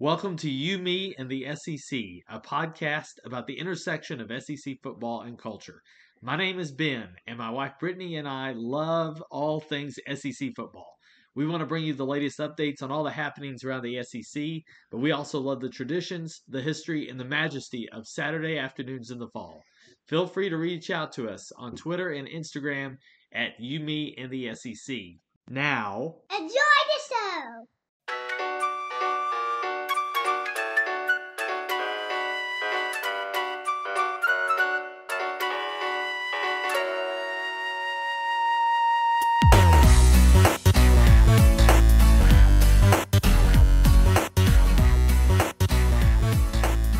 Welcome to You, Me, and the SEC, a podcast about the intersection of SEC football and culture. My name is Ben, and my wife Brittany and I love all things SEC football. We want to bring you the latest updates on all the happenings around the SEC, but we also love the traditions, the history, and the majesty of Saturday afternoons in the fall. Feel free to reach out to us on Twitter and Instagram at You, Me, and the SEC. Now, Enjoy the show.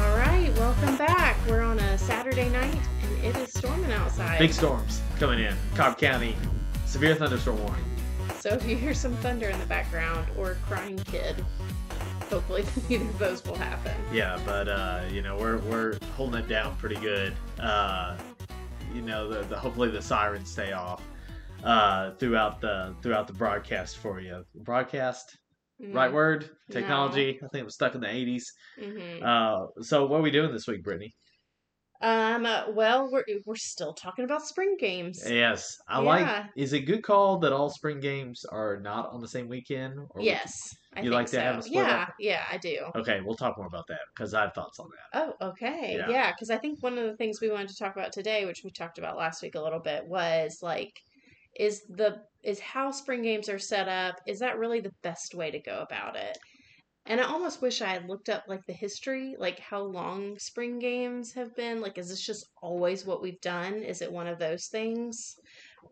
All right, welcome back. We're on a Saturday night and it is storming outside. big storms coming in. Cobb County, severe thunderstorm warning. So if you hear some thunder in the background or a crying kid, hopefully neither of those will happen. Yeah, but uh, you know we're we're holding it down pretty good. Uh, you know, the, the hopefully the sirens stay off uh, throughout the throughout the broadcast for you. Broadcast, right word, technology. I think I'm stuck in the '80s. Mm-hmm. Uh, so what are we doing this week, Brittany? Um. uh, Well, we're we're still talking about spring games. Yes, I like. Yeah. Is it good call that all spring games are not on the same weekend? Or we- yes. I you think like to so. have a split Yeah. up? Yeah, I do. Okay, we'll talk more about that because I have thoughts on that. Oh, okay. Yeah. Yeah, because I think one of the things we wanted to talk about today, which we talked about last week a little bit, was like, is the is how spring games are set up, is that really the best way to go about it? And I almost wish I had looked up like the history, like how long spring games have been. Like, is this just always what we've done? Is it one of those things?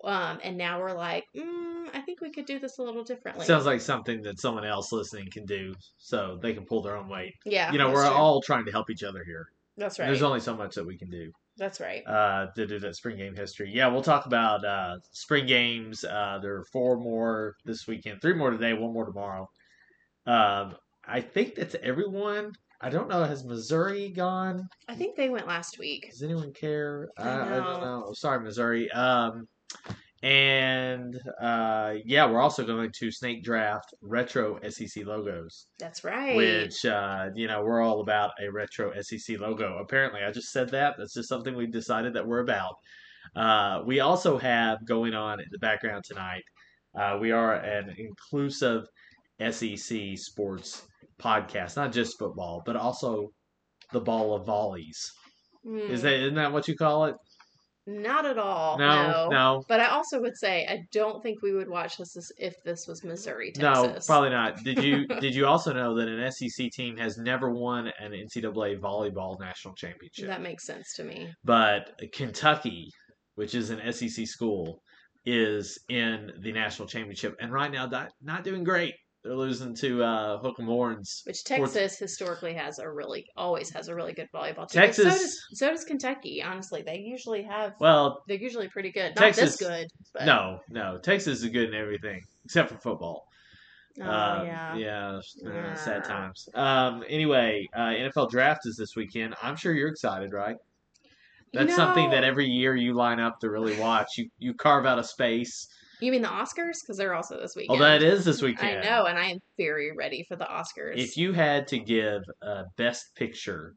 Um, and now we're like, mm, I think we could do this a little differently. Sounds like something that someone else listening can do, so they can pull their own weight. yeah, you know, that's we're true. all trying to help each other here. that's There's right. only so much that we can do that's right. uh, to do that spring game history. Yeah, we'll talk about uh, spring games. Uh, there are four more this weekend, three more today, one more tomorrow. Um, I think that's everyone. I don't know. Has Missouri gone? I think they went last week. Does anyone care? I, I I don't know. know. Oh, Sorry, Missouri. Um, and uh, yeah, we're also going to snake draft retro SEC logos That's right. which uh, you know we're all about a retro SEC logo. Apparently, I just said that. That's just something we've decided that we're about. Uh, we also have going on in the background tonight. Uh, we are an inclusive SEC sports podcast, not just football, but also the ball of volleys. Mm. Is that isn't that what you call it? Not at all. No, No. no, But I also would say I don't think we would watch this as- if this was Missouri, no, Texas. probably not. Did you did you also know that an SEC team has never won an NCAA volleyball national championship? That makes sense to me. but Kentucky, which is an SEC school, is in the national championship, and right now not, not doing great. They're losing to uh, Hook'em Horns. Which Fourth- Texas historically has a really always has a really good volleyball team. Texas- So does, so does Kentucky. Honestly, they usually have. Well, They're usually pretty good. Not Texas- this good. But, no, no, Texas is good in everything except for football. Oh, Um, yeah. yeah, uh, sad Yeah. times. Um, anyway, uh, NFL draft is this weekend. I'm sure you're excited, right? You That's something know- that every year you line up to really watch. You you carve out a space. You mean the Oscars? Because they're also this weekend. Although Oh, that is this I weekend. know, and I am very ready for the Oscars. if you had to give a best picture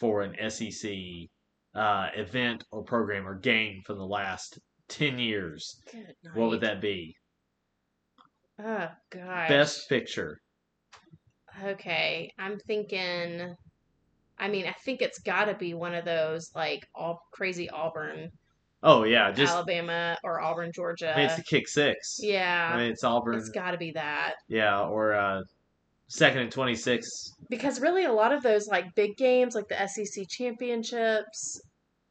for an SEC uh, event or program or game from the last 10 years, Good what would night. that be? Oh gosh. Best picture. Okay, I'm thinking. I mean, I think it's got to be one of those like all crazy Auburn, Oh, yeah. Just, Alabama, or Auburn, Georgia. I mean, it's the kick six. yeah, I mean, it's Auburn. it's got to be that yeah. Or uh, second and 26. because really a lot of those like big games, like the SEC championships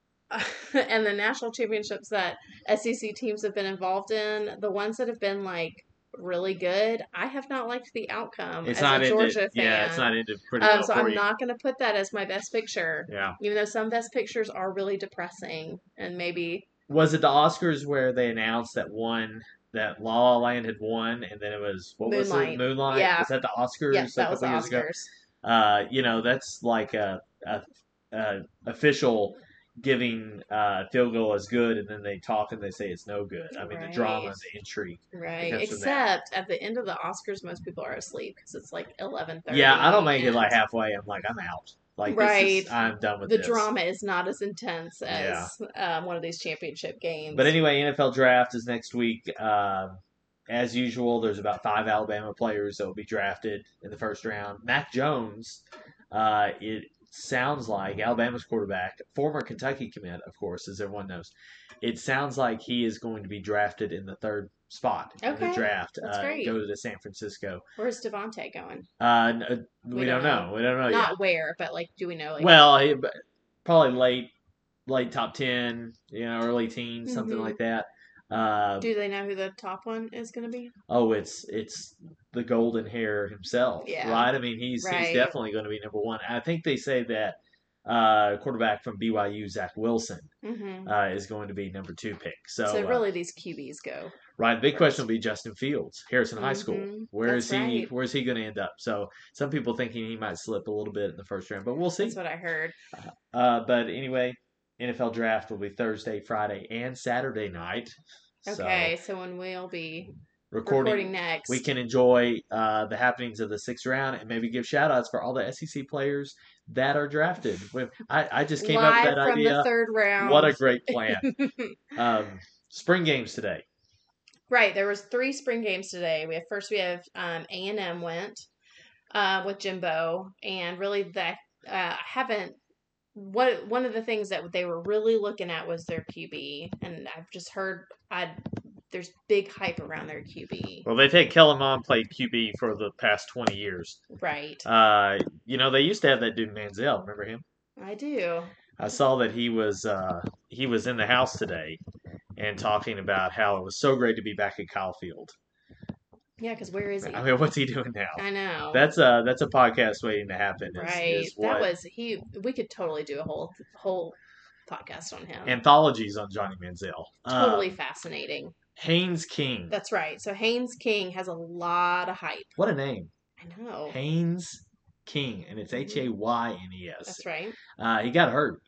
and the national championships that SEC teams have been involved in, the ones that have been like really good, I have not liked the outcome It's as not a ended. Georgia fan. Yeah, it's not ended pretty Um, well so for I'm you. not going to put that as my best picture. yeah. even though some best pictures are really depressing and maybe Was it the Oscars where they announced that one that La La Land had won, and then it was what was it? Moonlight. Moonlight. Yeah. Was that the Oscars? yes a that was the couple years ago? oscars uh, you know, that's like a, a, a official giving uh, field goal as good, and then they talk and they say it's no good. I mean, Right. the drama, the intrigue. Right. comes from that. Except at the end of the Oscars, most people are asleep because it's like eleven thirty. Yeah, I don't make it like halfway. I'm like, I'm out. Like, this is, Right. I'm done with The this. drama is not as intense as um, one of these championship games. But anyway, NFL draft is next week. Um, as usual, there's about five Alabama players that will be drafted in the first round. Mac Jones, uh, it sounds like Alabama's quarterback, former Kentucky commit, of course, as everyone knows. It sounds like he is going to be drafted in the third spot in Okay. the draft. That's uh, great. Go to San Francisco. where's Devonte going? Uh, n- uh, we, don't know. We don't know not where, but like, do we know? yet. Like, Oh, Well, he- but probably late, late top ten, you know, early teens, something Mhm. like that. Uh, do they know who the top one is going to be? oh, it's it's the golden hair himself, Yeah. right? I mean, he's Right. he's definitely going to be number one. I think they say that uh, quarterback from BYU Zach Wilson hmm uh, is going to be number two pick. So, So, uh, really, these QBs go. right, the big question will be Justin Fields, Harrison High School. Mhm. Where is That's he? right. Where is he going to end up? So some people thinking he might slip a little bit in the first round, but we'll see. That's what I heard. Uh, but anyway, NFL draft will be Thursday, Friday, and Saturday night. Okay, So so, when we'll be recording, recording next? we can enjoy uh, the happenings of the sixth round and maybe give shout outs for all the SEC players that are drafted. Well, I, I just came up live with that from the idea. third round. What a great plan. um, spring games today. Right. There was three spring games today. We have first we have um A and M went uh, with Jimbo, and really that uh, I haven't. What one of the things that they were really looking at was their QB, and I've just heard I there's big hype around their QB. Well, they think Kellen Mond played QB for the past 20 years. Right. Uh, you know, they used to have that dude Manziel. Remember him? I do. I saw that he was uh, he was in the house today and talking about how it was so great to be back at Kyle Field. Yeah, because where is he? I mean, what's he doing now? I know. That's a that's a podcast waiting to happen. is- right. is that what- was he. We could totally do a whole whole podcast on him. anthologies on Johnny Manziel. Um, totally fascinating. Haynes King. That's right. So Haynes King has a lot of hype. What a name, I know. Haynes King, and it's H A Y N E S. Mm-hmm. That's right. Uh, he got hurt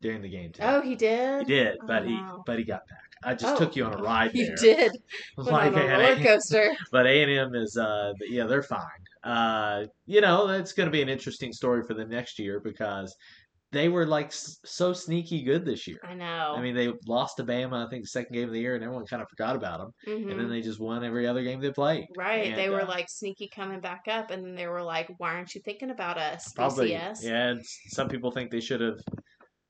during the game today. Oh, he did. he did, but Oh, he wow. but he got back. I just Oh. took you on a ride there. You did. Went Like, on a and roller I- coaster. but A and M is uh but yeah they're fine. Uh, you know that's going to be an interesting story for them next year because they were like s- so sneaky good this year. I know. I mean, they lost to Bama, I think, the second game of the year, and everyone kind of forgot about them. Mhm. And then they just won every other game they played. right. they and, were uh, like sneaky coming back up, and then they were like, "Why aren't you thinking about us?" Probably, BCS? yeah. and s- Some people think they should have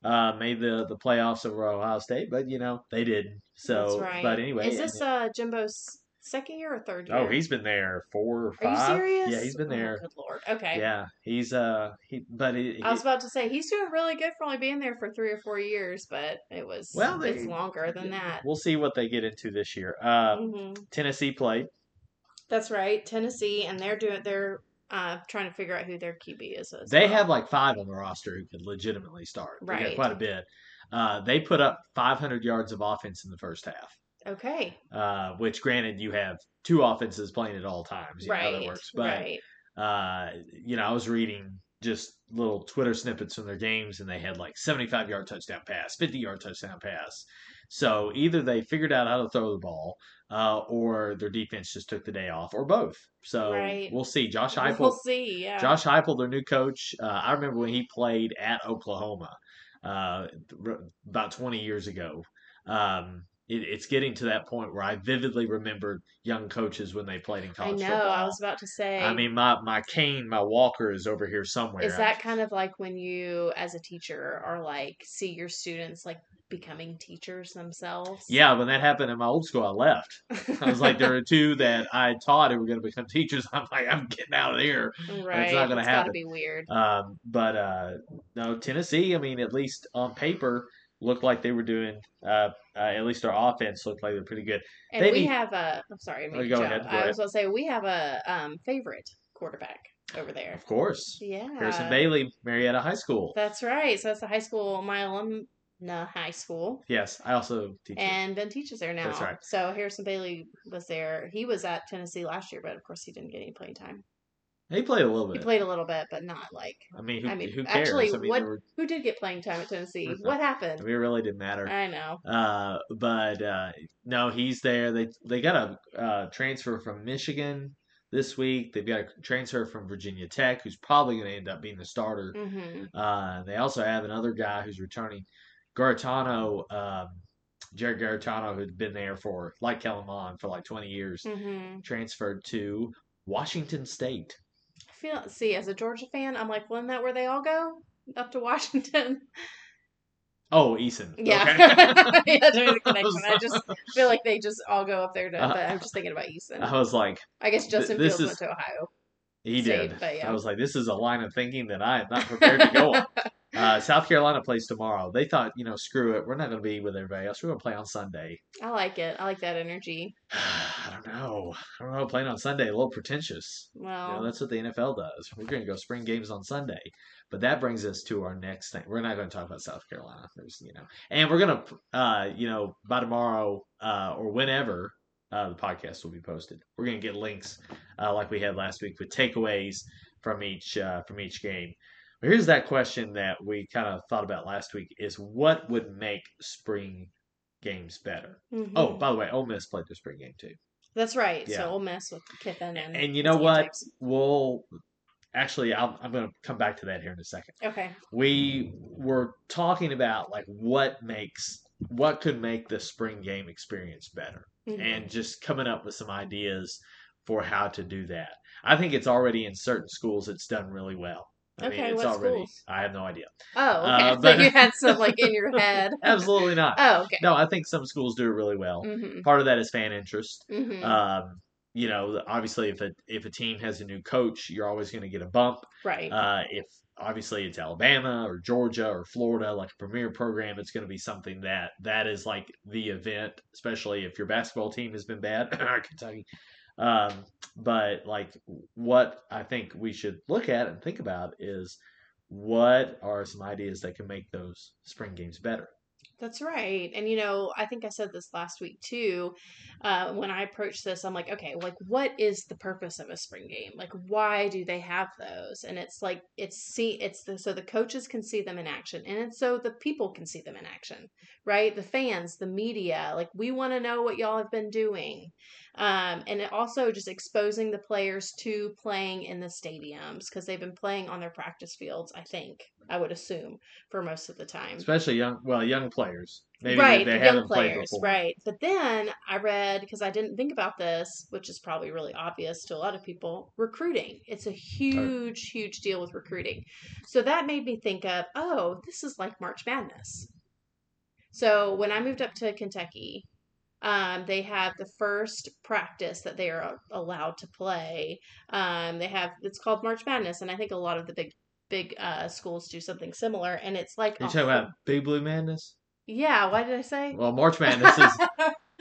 uh, made the the playoffs over Ohio State, but you know they did. So, That's right. but anyway, is this and- uh Jimbo's second year or third year? oh, he's been there four or Are you five. serious? Yeah, he's been Oh, there. good lord. Okay. Yeah, he's uh, he, but it, I was about to say he's doing really good for only being there for three or four years, but it was Well, they- it's longer than that. We'll see what they get into this year. Uh, hmm Tennessee played. That's right, Tennessee, and they're doing they're uh, trying to figure out who their QB is. as They well. have like five on the roster who could legitimately start. They got Right. quite a bit. Uh, they put up 500 yards of offense in the first half. okay, uh, which granted you have two offenses playing at all times. You know how right, that works. But right, uh, you know, I was reading just little Twitter snippets from their games and they had like seventy five yard touchdown pass, fifty yard touchdown pass. So either they figured out how to throw the ball, uh, or their defense just took the day off, or both. So Right. we'll see. Josh Heupel we'll see. Yeah, Josh Heupel, their new coach. Uh, I remember when he played at Oklahoma uh, r- about 20 years ago. Um, it, it's getting to that point where I vividly remembered young coaches when they played in I know. college football. I was about to say. I mean, my my cane, my Walker is over here somewhere. is that kind of like when you, as a teacher, are like see your students like becoming teachers themselves? yeah, when that happened in my old school, I left. I was like, there are two that I taught who were going to become teachers. I'm like, I'm getting out of here. right. it's not gonna gotta happen. be weird. Um, but uh, no, Tennessee. I mean, at least on paper, looked like they were doing. Uh, uh, at least their offense looked like they're pretty good. And they we need- have a. I'm sorry. I didn't mean Oh, go to jump. ahead, go I ahead. was about to say we have a um, favorite quarterback over there. Of course, Yeah, Harrison Bailey, Marietta High School. That's right. So that's the high school, my alumna high school. yes, I also teach. it. and Ben teaches there now. That's right. So Harrison Bailey was there. He was at Tennessee last year, but of course he didn't get any playing time. He played a little He bit. played a little bit, but not like I mean, who, I mean, who cares? actually, I mean, what- there were- who did get playing time at Tennessee. Mhm. What I happened? mean, it really didn't matter. I know. Uh, but uh, no, he's there. They they got a uh, transfer from Michigan this week. They've got a transfer from Virginia Tech, who's probably going to end up being the starter. hmm Uh, they also have another guy who's returning, Garitano, um, Jared Garitano, who'd been there for like Kellen Mond for like twenty years, hmm transferred to Washington State. I feel see as a Georgia fan, I'm like, well, isn't that where they all go up to Washington? Oh, Eason. Yeah, Okay. yeah, there's a connection. I just feel like they just all go up there to. But I'm just thinking about Easton. I was like, I guess Justin Uh-huh. this Fields is- went to Ohio. he State, did. but yeah. I was like, this is a line of thinking that I am not prepared to go on. Uh, South Carolina plays tomorrow. They thought, you know, screw it. We're not going to be with everybody else. We're going to play on Sunday. I like it. I like that energy. I don't know. I don't know. Playing on Sunday, a little pretentious. You Well, know, that's what the NFL does. We're going to go spring games on Sunday. But that brings us to our next thing. We're not going to talk about South Carolina. There's, you know, and we're going to, uh, you know, by tomorrow uh, or whenever uh, the podcast will be posted, we're going to get links uh, like we had last week with takeaways from each uh, from each game. But here's that question that we kind of thought about last week: is what would make spring games better? mhm. Oh, by the way, Ole Miss played their spring game too. that's right. yeah. So Ole Miss with Kiffin and And you his know what? antics. Well, actually, I'm, I'm going to come back to that here in a second. Okay. We were talking about like what makes what could make the spring game experience better, Mhm. and just coming up with some ideas for how to do that. I think it's already in certain schools it's done really well. I mean, Okay, it's what already. schools? I have no idea. oh, okay. uh, so but- you had some like in your head. Absolutely not. Oh, okay. No, I think some schools do it really well. Mm-hmm. Part of that is fan interest. Mm-hmm. Um, you know, obviously, if a if a team has a new coach, you're always going to get a bump. right. Uh, if obviously it's Alabama or Georgia or Florida, like a premier program, it's going to be something that that is like the event, especially if your basketball team has been bad, Kentucky. Um, but like what I think we should look at and think about is what are some ideas that can make those spring games better? That's right. And you know, I think I said this last week too. Uh, when I approached this, I'm like, okay, like what is the purpose of a spring game? Like why do they have those? And it's like it's see it's the, so the coaches can see them in action and it's so the people can see them in action, right? The fans, the media, like we want to know what y'all have been doing. Um and it also just exposing the players to playing in the stadiums because they've been playing on their practice fields, I think. I would assume for most of the time Especially young, well, young players. Maybe right, they the haven't young played players, before. right. But then I read because I didn't think about this, which is probably really obvious to a lot of people. Recruiting, it's a huge, huge deal with recruiting. So that made me think of, oh, this is like March Madness. So when I moved up to Kentucky, um, they have the first practice that they are allowed to play. Um, they have it's called March Madness, and I think a lot of the big big uh, schools do something similar. And it's like You're a talking about whole- Big Blue Madness? yeah. Why did I say? Well, March Madness is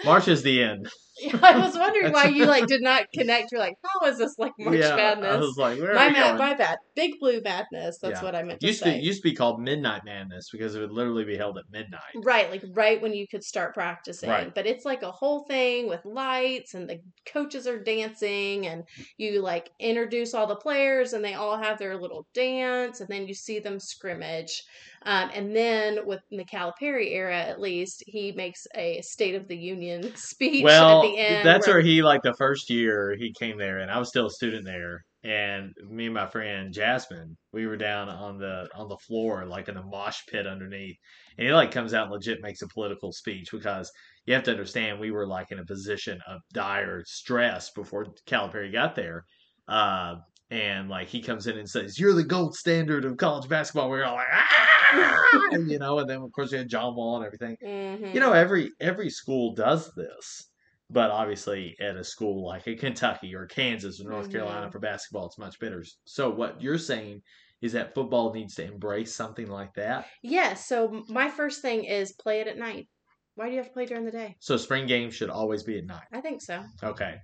March is the end. Yeah, I was wondering That's- why you like did not connect. You're like, how is this like March I Madness? was like, where are My we bad, going? my bad. Big Blue Madness. That's Yeah. what I meant to used say. to used to be called Midnight Madness because it would literally be held at midnight. Right, like right when you could start practicing. Right. But it's like a whole thing with lights and the coaches are dancing and you like introduce all the players and they all have their little dance and then you see them scrimmage. Um, and then with in the Calipari era, at least, he makes a State of the Union speech well, at the end. that's where- where he like the first year he came there, and I was still a student there. And me and my friend Jasmine, we were down on the on the floor, like in a mosh pit underneath. And he like comes out and legit makes a political speech because you have to understand we were like in a position of dire stress before Calipari got there. Uh, and like he comes in and says, "You're the gold standard of college basketball." We We're all like, "Ah!" you know. And then of course we had John Wall and everything Mhm. you know every every school does this but obviously at a school like a kentucky or kansas or north Mhm. carolina for basketball it's much better so what you're saying is that football needs to embrace something like that Yes. so m- my first thing is play it at night. Why do you have to play during the day? so spring games should always be at night I think so. okay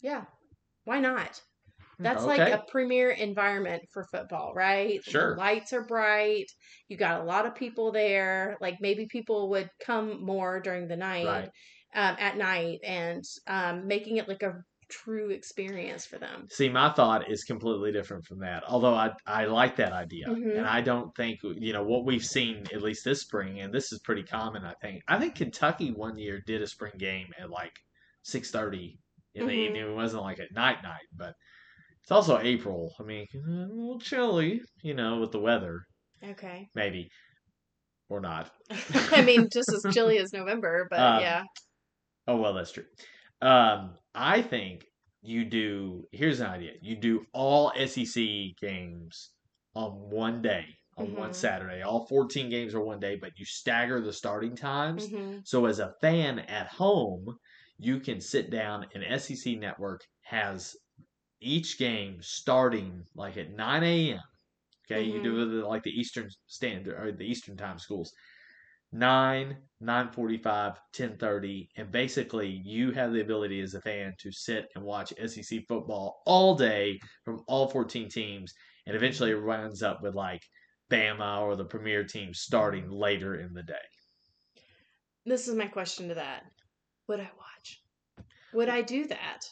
Yeah. Why not? That's like Okay. a premier environment for football, right? Sure. The lights are bright. You got a lot of people there. Like maybe people would come more during the night, Right. um, at night, and um, making it like a true experience for them. See, my thought is completely different from that. Although I I like that idea, Mhm. and I don't think you know what we've seen at least this spring, and this is pretty common. I think I think Kentucky one year did a spring game at like six thirty in the Mhm. evening. It wasn't like at night night, but it's also April. I mean, a little chilly, you know, with the weather Okay. maybe or not. I mean, just as chilly as November, but Um, yeah. Oh well, that's true. Um, I think you do. Here's an idea: you do all SEC games on one day, on one Mhm. Saturday. All 14 games are one day, but you stagger the starting times. hmm So as a fan at home, you can sit down and SEC Network has each game starting like at 9 a.m. Okay, you Mhm. do it like the Eastern Standard or the Eastern Time schools. 9, 945, 1030, and basically you have the ability as a fan to sit and watch SEC football all day from all 14 teams, and eventually it runs up with like Bama or the premier team starting later in the day. This is my question to that. Would I watch? Would I do that?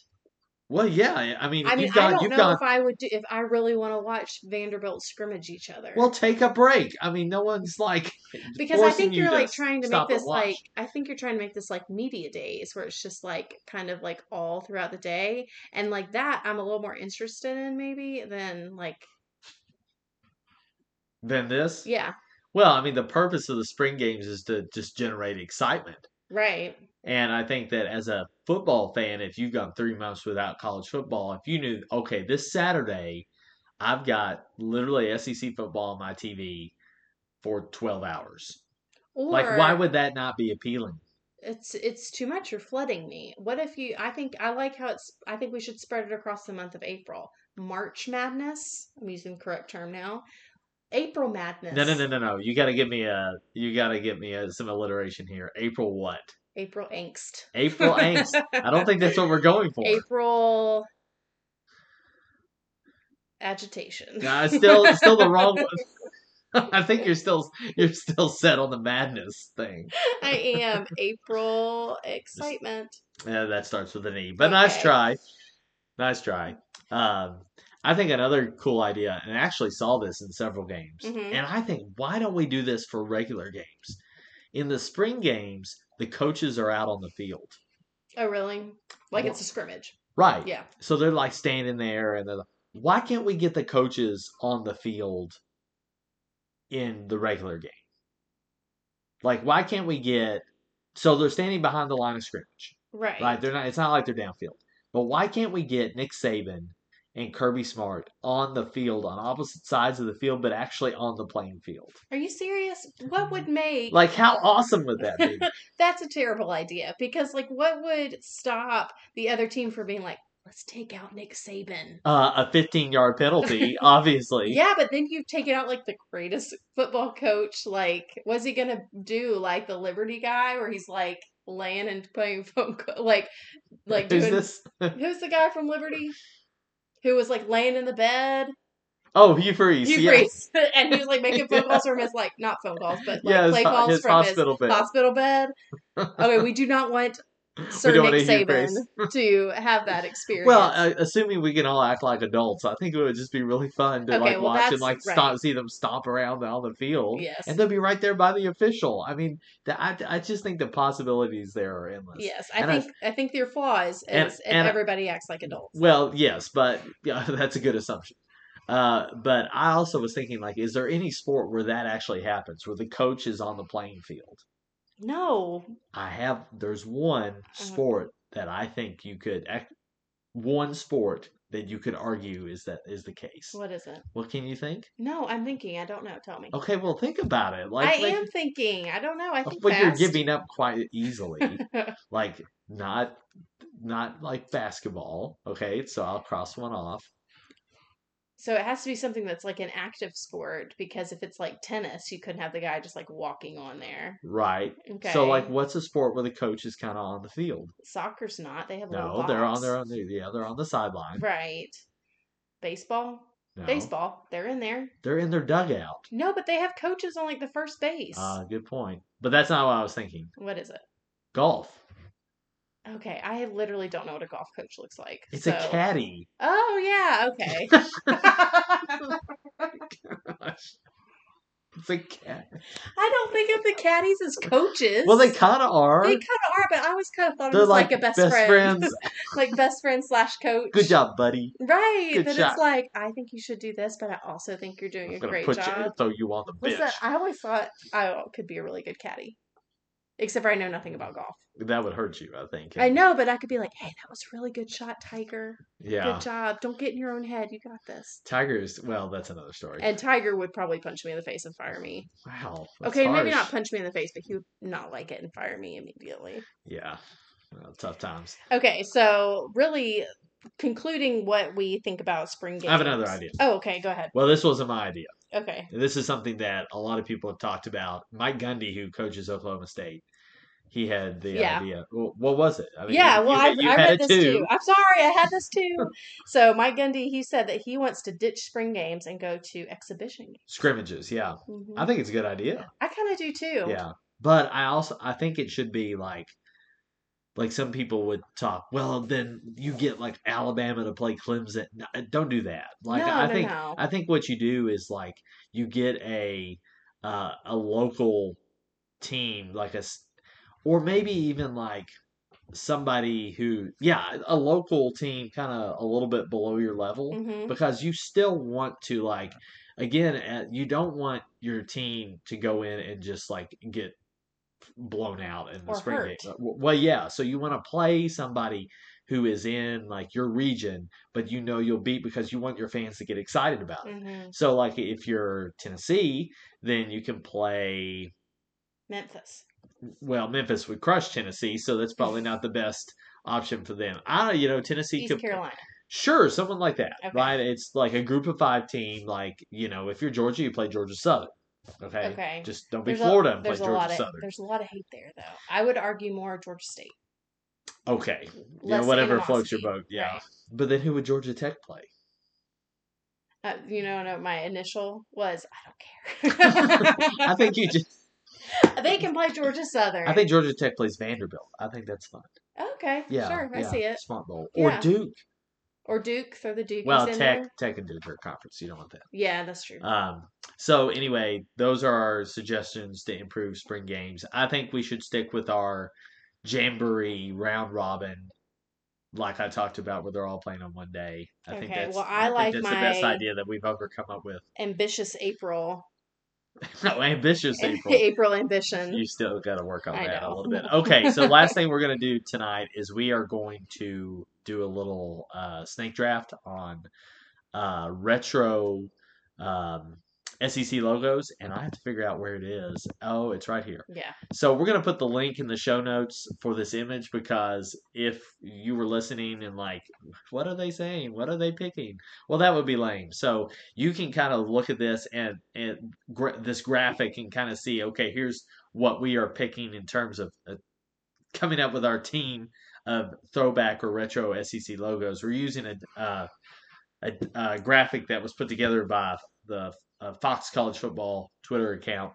Well, yeah, I I mean, I mean, you've I gone, don't you've know gone. if I would do if I really want to watch Vanderbilt scrimmage each other. Well, take a break. I mean, no one's like because I forcing think you you're to like trying to make stop and this watch. like I think you're trying to make this like media days where it's just like kind of like all throughout the day and like that I'm a little more interested in maybe than like than this. yeah Well, I mean, the purpose of the spring games is to just generate excitement. right And I think that as a football fan, if you've gone three months without college football, if you knew, okay, this Saturday, I've got literally SEC football on my TV for 12 hours. or like, why would that not be appealing? it's it's too much you're flooding me what if you I think I like how it's I think we should spread it across the month of April March Madness I'm using the correct term now April Madness No, no, no, no, no. You got to give me a, you got to give me a, some alliteration here. April what? April angst April angst. I don't think that's what we're going for. April agitation. Nah, it's still it's still the wrong one. I think you're still you're still set on the madness thing. I am April excitement. Yeah, that starts with an E. But nice Okay. try. Nice try. Um, I think another cool idea, and I actually saw this in several games, Mhm. and I think why don't we do this for regular games? In the spring games, the coaches are out on the field. Oh, really? Like it's a scrimmage. Right. Yeah. So they're like standing there and they're like, why can't we get the coaches on the field in the regular game? Like, why can't we get so they're standing behind the line of scrimmage. Right. Like they're not it's not like they're downfield. But why can't we get Nick Saban and Kirby Smart on the field on opposite sides of the field, but actually on the playing field? Are you serious? What would make Like how awesome would that be? that's a terrible idea because like what would stop the other team from being like, let's take out Nick Saban? Uh, a 15 yard penalty, obviously. Yeah, but then you've taken out like the greatest football coach. Like, what's he gonna do? Like the Liberty guy, where he's like laying and playing phone, co- like, like Who's doing. this? Who's the guy from Liberty? Who was like laying in the bed? Oh, Hugh Freeze. Hugh yeah. Freeze, and he was like making phone Yeah. calls from his like not phone calls, but like yeah, his, play ho- calls uh, his from hospital his bed. hospital bed. Okay, we do not want Sir don't want Nick a Hugh Freeze. Saban to have that experience. Well, uh, assuming we can all act like adults, I think it would just be really fun to Okay, like well, watch and that's like right. stop, see them stomp around on the field. Yes. and they'll be right there by the official. I mean, the, I I just think the possibilities there are endless. yes, I and I- think I, think your flaw is, is and- if and I- everybody acts like adults. Well, yes, but yeah, that's a good assumption. Uh, but I also was thinking, like, is there any sport where that actually happens, where the coach is on the playing field? No, I have. There's one Mm-hmm. sport that I think you could. act- One sport that you could argue is that is the case. what is it? What can you think? No, I'm thinking. I don't know. Tell me. Okay, well, think about it. Like, I like uh, am thinking. I don't know. I think but you're fast. giving up quite easily. like, not, not like basketball. Okay, so I'll cross one off. So it has to be something that's like an active sport because if it's like tennis, you couldn't have the guy just like walking on there. Right. Okay. So, like, what's a sport where the coach is kind of on the field? soccer's not. They have a No, little they're on box. their own. Yeah, they're on the sideline. Right. Baseball. No, Baseball. They're in there. They're in their dugout. Ah, No, but they have coaches on like the first base. Uh, good point. But that's not what I was thinking. what is it? Golf. Okay, I literally don't know what a golf coach looks like. It's so. a caddy. Oh yeah, okay. Gosh. It's a cat. I don't think of the caddies as coaches. Well, they kind of are. They kind of are, but I always kind of thought it They're was like, like, a best, friend, friends. like best friend slash coach. Good job, buddy. Right. Good that job. it's like, I think you should do this, but I also think you're doing I'm a gonna great put you, job. throw you on the What's bench. that? I always thought I could be a really good caddy. Except for I know nothing about golf. That would hurt you, I think. I know, but I could be like, hey, that was a really good shot, Tiger. Yeah. Good job. Don't get in your own head. You got this. Tigers. Well, that's another story. And Tiger would probably punch me in the face and fire me. wow. that's okay, maybe not harsh. punch me in the face, but he would not like it and fire me immediately. Yeah. Well, tough times. Okay, so really concluding what we think about spring games. I have another idea. Oh, okay, go ahead. Well, this wasn't my idea. Okay. This is something that a lot of people have talked about. Mike Gundy, who coaches Oklahoma State, he had the Yeah. idea. Well, what was it? I yeah, you- well, you, I, you I had read it this too. I'm sorry, I had this too. so Mike Gundy, he said that he wants to ditch spring games and go to exhibition games. Scrimmages. Yeah, Mhm. I think it's a good idea. I kind of do too. Yeah, but I also I think it should be like. Like some people would talk, well, then you get like Alabama to play Clemson. No, uh, don't do that. Like no, I no, think no. I think what you do is like you get a uh, a local team, like a, s- or maybe even like somebody who, yeah, a local team, kind of a little bit below your level, Mhm. because you still want to like, again, uh, you don't want your team to go in and just like get blown out in the Or spring hurt. game. Uh, w- Well, yeah, so you want to play somebody who is in like your region, but you know you'll beat because you want your fans to get excited about it. Mhm. So, like if you're Tennessee, then you can play. Memphis. Well, Memphis would crush Tennessee, so that's probably not the best option for them. I don't, you know, Tennessee East could Carolina. sure someone like that, Okay. right? It's like a group of five team. Like you know, if you're Georgia, you play Georgia Southern. Okay, Okay. just don't be There's a- Florida and play there's a Georgia lot of Southern. there's a lot of hate there though. I would argue more Georgia State. Okay, yeah, Less whatever floats your animosity, boat. Yeah, right. but then who would Georgia Tech play? Uh, you know, no, my initial was I don't care. I think you just. they can play Georgia Southern. I think Georgia Tech plays Vanderbilt. I think that's fun. Okay. Yeah, Sure. I yeah, see it. Smart Bowl or Yeah. Duke. Or Duke. Throw the Duke. Well, in Tech There. Tech and Duke are conference. You don't want that. Yeah, that's true. Um. So anyway, those are our suggestions to improve spring games. I think we should stick with our jamboree round robin, like I talked about, where they're all playing on one day. I think Okay, that's. well, I think like that's the best my- idea that we've ever come up with. Ambitious April. No, ambitious April. April ambition. You still got to work on I that a know. little bit. Okay, so last thing we're going to do tonight is we are going to do a little uh, snake draft on uh, retro um, SEC logos, and I have to figure out where it is. Oh, it's right here. Yeah. So we're going to put the link in the show notes for this image because if you were listening and like, what are they saying? What are they picking? Well, that would be lame. So you can kind of look at this and, and gra- this graphic and kind of see, okay, here's what we are picking in terms of uh, coming up with our team of throwback or retro SEC logos. We're using a, uh, a, a graphic that was put together by the uh, Fox College Football Twitter account.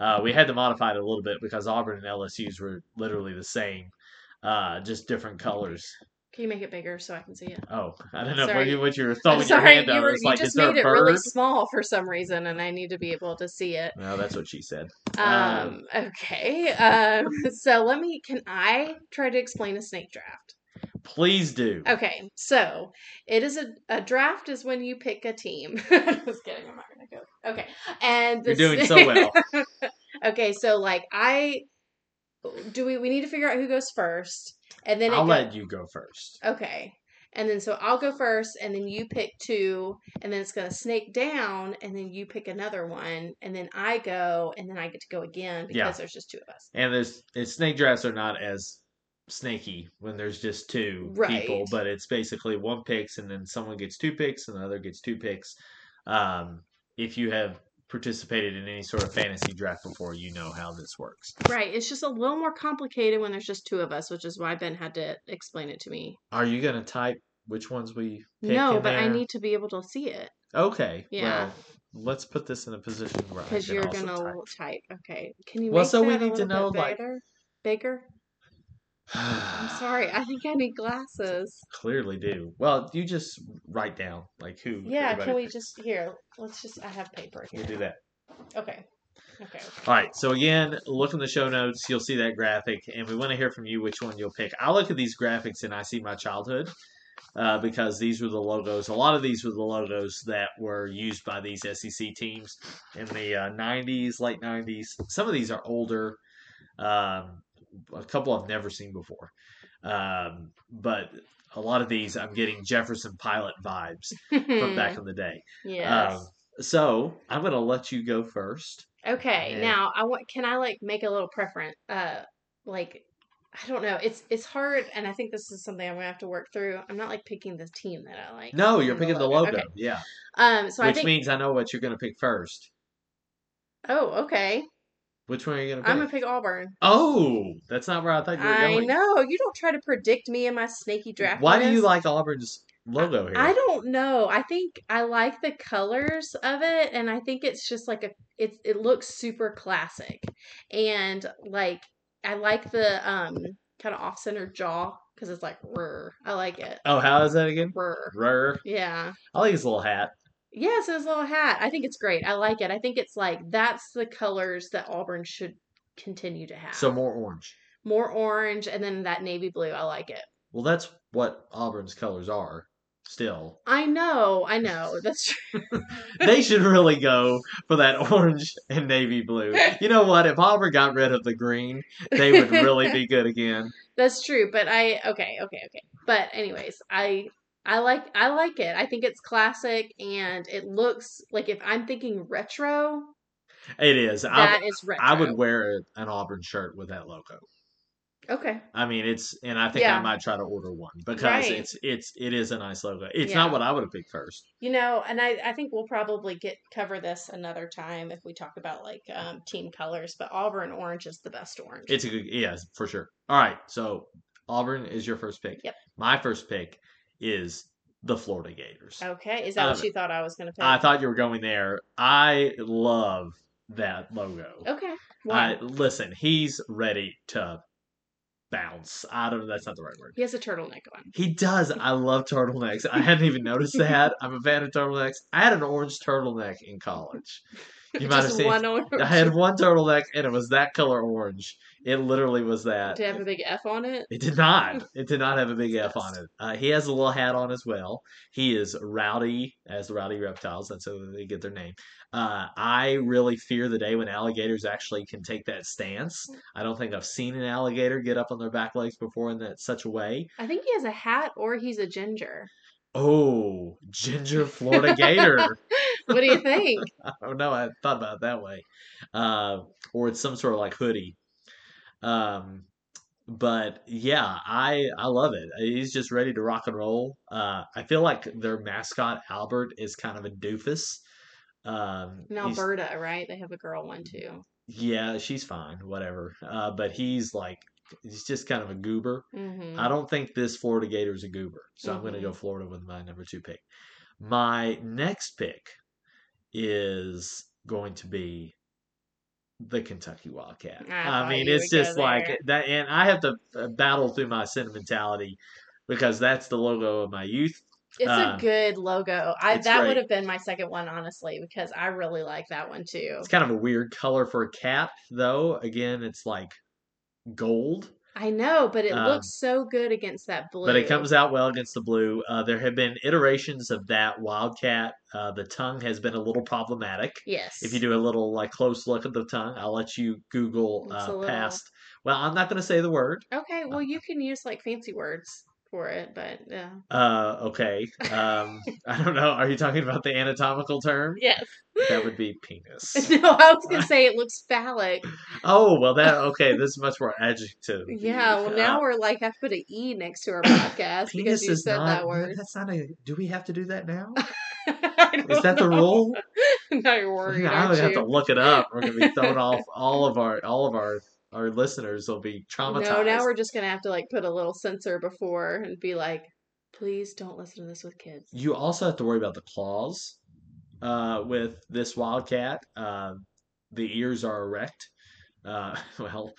Uh, we had to modify it a little bit because Auburn and LSU's were literally the same, uh, just different colors. Can you make it bigger so I can see it? Oh, I don't know what Sorry. you, what you were I'm throwing your sorry, hand you, over. were, It's you like, is just there a made it bird? really small for some reason, and I need to be able to see it. no, that's what she said. Um, okay. Um, so let me. Can I try to explain a snake draft? Please do. Okay, so it is a, a draft is when you pick a team. Just kidding, I'm not gonna go. Okay, and You're the doing s- so well. okay, so like I do we we need to figure out who goes first, and then it I'll go- let you go first. okay, and then so I'll go first, and then you pick two, and then it's gonna snake down, and then you pick another one, and then I go, and then I get to go again because Yeah. there's just two of us. And there's it's, snake drafts are not as snaky when there's just two people, Right. but it's basically one picks and then someone gets two picks and the other gets two picks. Um, if you have participated in any sort of fantasy draft before, you know how this works. Right, it's just a little more complicated when there's just two of us, which is why Ben had to explain it to me Are you gonna type which ones we pick No, in but I there? need to be able to see it Okay. Yeah. Well, let's put this in a position where I because can you're also gonna type. type. Okay, can you? Well, make so we that a need to little bit know, like- better? bigger. I'm sorry. I think I need glasses. Clearly do. Well, you just write down like who. Yeah, everybody- can we just here? Let's just. I have paper here. We'll do that. Okay. Okay. All right. So again, look in the show notes. You'll see that graphic, and we want to hear from you which one you'll pick. I look at these graphics and I see my childhood uh, because these were the logos. A lot of these were the logos that were used by these SEC teams in the uh, '90s, late '90s. Some of these are older. Um, a couple I've never seen before, um, but a lot of these I'm getting Jefferson Pilot vibes Hmm. from back in the day. yes. Um, so I'm going to let you go first. Okay, Yeah. now I want can I like make a little preference uh like I don't know. It's it's hard and I think this is something I'm going to have to work through. I'm not like picking the team that I like. No, I'm you're picking the logo. Okay. Yeah. Um so I which think means I know what you're going to pick first. Oh, okay. Which one are you going to pick? I'm going to pick Auburn. oh, that's not where I thought you were I going. know. You don't try to predict me and my snaky draft. Why do you like Auburn's logo here? I don't know. I think I like the colors of it and I think it's just like a it's it looks super classic. And like I like the um kind of off-center jaw cuz it's like rrr. I like it. oh, how is that again? Rrr. Rur. Yeah. I like his little hat. Yes, his little hat. I think it's great. I like it. I think it's like that's the colors that Auburn should continue to have. So more orange. more orange and then that navy blue. I like it. Well, that's what Auburn's colors are. Still, I know. I know. That's true. they should really go for that orange and navy blue. You know what? If Auburn got rid of the green, they would really be good again. That's true, but I okay, okay, okay. But anyways, I I like I like it. I think it's classic and it looks like if I'm thinking retro, It is. that I, is retro. I would wear an Auburn shirt with that logo. Okay. I mean, it's, and I think I Yeah. might try to order one because Right. it's, it's, it is a nice logo. It's not Yeah. what I would have picked first. You know, and I I think we'll probably get cover this another time if we talk about like um team colors, but Auburn orange is the best orange. It's a good, yes, for sure. All right. So Auburn is your first pick. Yep. My first pick is the Florida Gators. okay. Is that um, what you thought I was going to pick? I thought you were going there. I love that logo. okay. I, Why? listen, he's ready to bounce. I don't That's not the right word. he has a turtleneck on. He does. I love turtlenecks. I hadn't even noticed that. I'm a fan of turtlenecks. I had an orange turtleneck in college. You might have Just seen. one orange. I had one turtleneck, and it was that color orange. It literally was that. Did it have a big F on it? It did not. It did not have a big F on it. Uh, he has a little hat on as well. He is rowdy as the rowdy reptiles. That's how they get their name. Uh, I really fear the day when alligators actually can take that stance. I don't think I've seen an alligator get up on their back legs before in that such a way. I think he has a hat or he's a ginger. Oh, ginger Florida gator. What do you think? I don't know. I thought about it that way. Uh, or it's some sort of like hoodie. Um, but yeah, I I love it. He's just ready to rock and roll. Uh, I feel like their mascot Albert is kind of a doofus. Um, In he's- Alberta, right? They have a girl one too. yeah, she's fine, whatever. Uh, but he's like he's just kind of a goober. Mm-hmm. I don't think this Florida Gator is a goober, so I'm going to Mhm. go Florida with my number two pick. My next pick is going to be the Kentucky Wildcat. I I, thought mean, you it's would go just like there. that, and I have to uh, battle through my sentimentality because that's the logo of my youth. it's uh, a good logo. I it's that great. would have been my second one, honestly, because I really like that one too. It's kind of a weird color for a cap, though. Again, it's like gold. I know, but it Um, looks so good against that blue. But it comes out well against the blue. Uh, there have been iterations of that Wildcat. Uh, the tongue has been a little problematic. Yes. If you do a little like close look at the tongue, I'll let you Google It's a uh, little- past. Well, I'm not going to say the word. Okay, well you can use like fancy words for it, but yeah. Uh, okay. Um, I don't know. Are you talking about the anatomical term? Yes. That would be penis. no, I was gonna say it looks phallic. oh well, that okay. This is much more adjective. Yeah, well Uh, now we're like have to put an E next to our podcast penis because you is said not. that word. That's not a. Do we have to do that now? I Is don't that the know. rule? now you're worried, I aren't would have you? to look it up. We're gonna be thrown off. All of our all of our our listeners will be traumatized. No, now we're just gonna have to like put a little censor before and be like, please don't listen to this with kids. you also have to worry about the claws uh, with this wildcat. Uh, the ears are erect. Uh, well,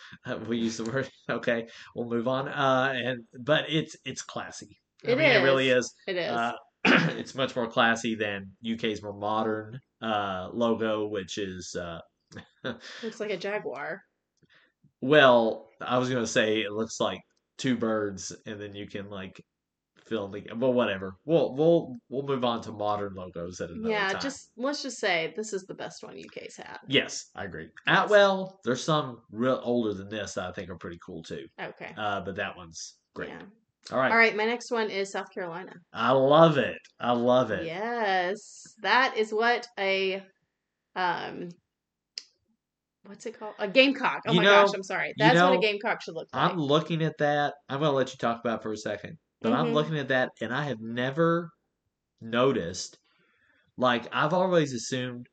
we use the word. Okay, we'll move on. Uh, and but it's it's classy. I It mean, it really is. is. It is. Uh, it's much more classy than UK's more modern uh, logo, which is uh, Looks like a jaguar. well. I was gonna say it looks like two birds, and then you can like fill in the. Well, whatever. We'll we'll we'll move on to modern logos at another Yeah, time. just let's just say this is the best one UK's had. yes, I agree. Atwell, there's some real older than this that I think are pretty cool too. Okay. Uh, but that one's great. Yeah. All right. All right, my next one is South Carolina. I love it. I love it. Yes. That is what a um what's it called? A gamecock. Oh You my know- gosh, I'm sorry. you That's what know, a gamecock should look like. I'm looking at that. I'm going to let you talk about it for a second, but I'm Mhm. looking at that and I have never noticed. Like, I've always assumed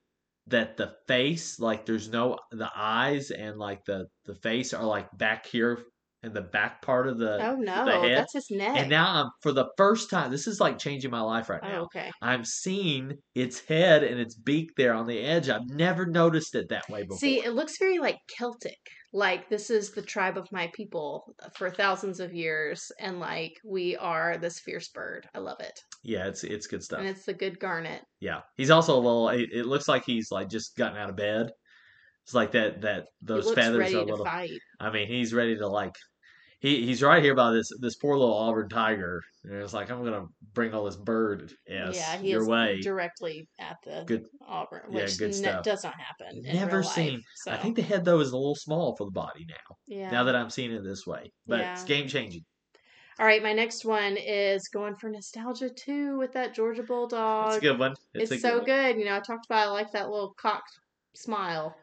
that the face, like, there's no, the eyes and like the, the face are like back here in the back part of the. oh no, head. that's his neck. And now I'm, for the first time, this is like changing my life right oh, now. okay. I'm seeing its head and its beak there on the edge. I've never noticed it that way before. See, it looks very like Celtic. Like this is the tribe of my people for thousands of years and like we are this fierce bird. I love it. yeah, it's it's good stuff. And it's the good garnet. Yeah, he's also a little. It, it looks like he's like just gotten out of bed. It's like that that He those looks feathers ready are a to little. fight. I mean, he's ready to like. He he's right here by this this poor little Auburn tiger. And it's like I'm gonna bring all this bird ass yeah, he your is way. directly at the Good- Auburn, yeah, which good ne- stuff. does not happen. in Never real life, seen. so, I think the head though is a little small for the body now. yeah. Now that I'm seeing it this way, but it's Yeah. game changing. All right, my next one is going for nostalgia too with that Georgia Bulldog. It's a good one. It's, a good so one. good. You know, I talked about I like that little cocked smile.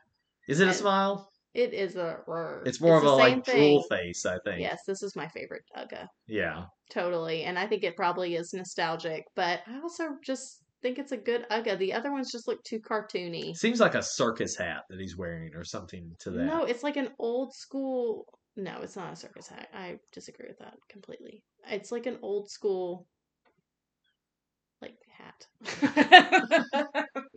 Is it a And- smile? It is a rrr. It's more the of a same like drool thing. face, I think. Yes, this is my favorite Uga. Yeah. Totally. And I think it probably is nostalgic, but I also just think it's a good Uga. The other ones just look too cartoony. Seems like a circus hat that he's wearing or something to that. No, it's like an old school. No, it's not a circus hat. I disagree with that completely. It's like an old school, like hat. I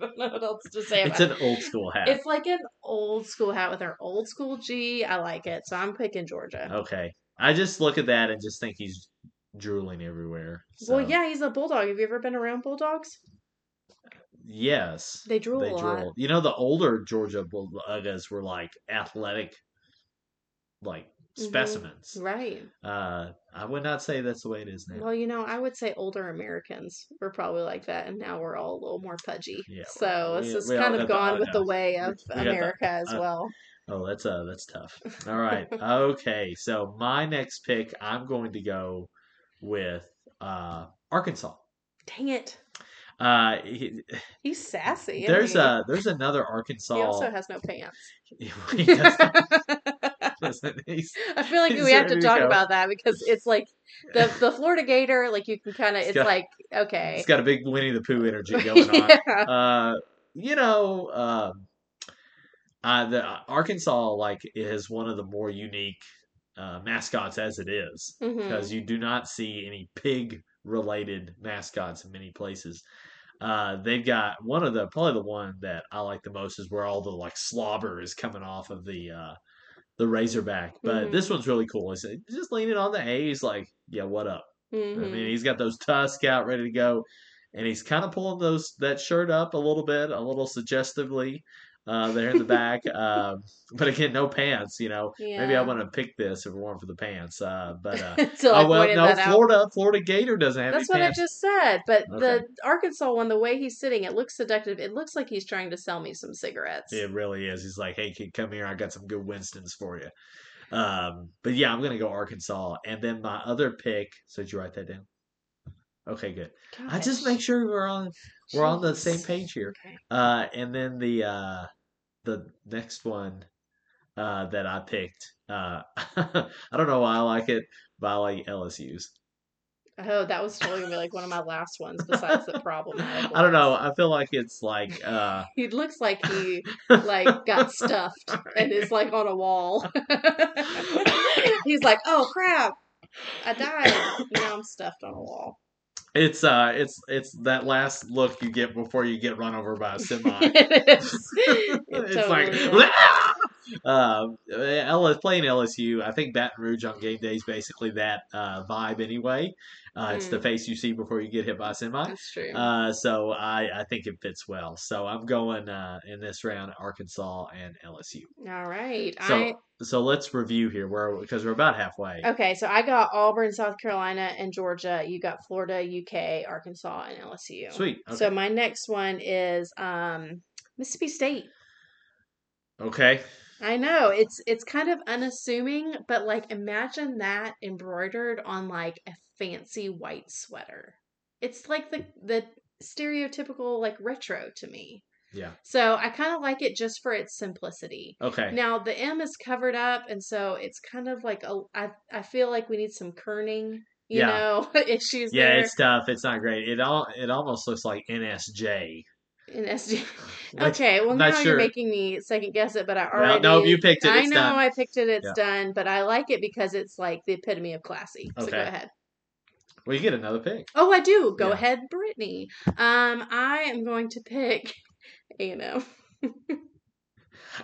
don't know what else to say about It's it. an old school hat. It's like an old school hat with an old school G. I like it, so I'm picking Georgia. Okay. I just look at that and just think he's drooling everywhere. Well, so- yeah, he's a bulldog. Have you ever been around bulldogs? Yes. They drool They a lot. drool. You know, the older Georgia Bulldogs were like athletic, like Mhm. specimens. Right. Uh, I would not say that's the way it is now. Well, you know, I would say older Americans were probably like that, and now we're all a little more pudgy. Yeah, so we- this is we all kind got of the gone odd with the eye. way of We got the America as odd- well. Oh, that's uh, that's tough. All right. okay. So my next pick, I'm going to go with uh Arkansas. Dang it, Uh, he- he's sassy. isn't there's he? a there's another He also Arkansas. has no pants. He does- doesn't he? I feel like He's we have ready to to talk go. about that because it's like the the Florida Gator. Like you can kind of, It's it's got- like okay, It's got a big Winnie the Pooh energy going on. Yeah. Uh, you know, um, uh, the Arkansas like is one of the more unique uh, mascots as it is Mhm. because you do not see any pig related mascots in many places. Uh, they've got one of the probably the one that I like the most is where all the like slobber is coming off of the uh, the Razorback, but Mhm. this one's really cool. It's it's just leaning on the A. He's like, yeah, what up? I Mhm. mean, he's got those tusks out, ready to go, and he's kind of pulling those that shirt up a little bit, a little suggestively uh, there in the back. um, but again, no pants. You know, maybe I Yeah. want to pick this if it weren't for the pants. Uh, but uh, Till I oh well, pointed no, that out. Florida, Florida Gator doesn't have That's any what I pants. just said. But Okay. the Arkansas one, the way he's sitting, it looks seductive. It looks like he's trying to sell me some cigarettes. It really is. He's like, hey kid, come here. I got some good Winston's for you. Um, but yeah, I'm gonna go Arkansas, and then my other pick. So did you write that down? Okay, good. I just Gosh. make sure we're on we're on the same Jeez. page here. Okay. Uh, and then the uh, the next one uh, that I picked, uh, I don't know why I like it, but I like LSU's. Oh, that was totally gonna be like one of my last ones. Besides the problematic, I don't know. ones. I feel like it's like uh, He looks like he like got stuffed and is like on a wall. he's like, oh crap, I died. Now I'm stuffed on a wall. it's uh, it's it's that last look you get before you get run over by a semi. it is. It it's totally like is. Uh, L- playing LSU, I think Baton Rouge on game day is basically that uh, vibe anyway. Uh, It's the Mm. face you see before you get hit by a semi. That's true. Uh, so I, I think it fits well. So I'm going uh, in this round Arkansas and LSU. All right. So I so let's review here where because we're about halfway. Okay, so I got Auburn, South Carolina, and Georgia. You got Florida, UK, Arkansas, and LSU. Sweet. Okay. So my next one is um, Mississippi State. Oh. okay. I know it's it's kind of unassuming, but like imagine that embroidered on like a fancy white sweater. It's like the the stereotypical like retro to me. Yeah. So I kind of like it just for its simplicity. Okay. Now the M is covered up, and so it's kind of like a. I I feel like we need some kerning, you Yeah. know, issues yeah, there it's tough. It's not great. It all it almost looks like NSJ. in SG. Which- Okay, well I'm now not sure. you're making me second guess it, but I Well, already. no, you picked it. I It's know done. I picked it. It's Yeah. done, but I like it because it's like the epitome of classy. So go Okay. ahead. Well, you get another pick. Oh, I do. Go Yeah. ahead, Brittany. Um, I am going to pick. You know,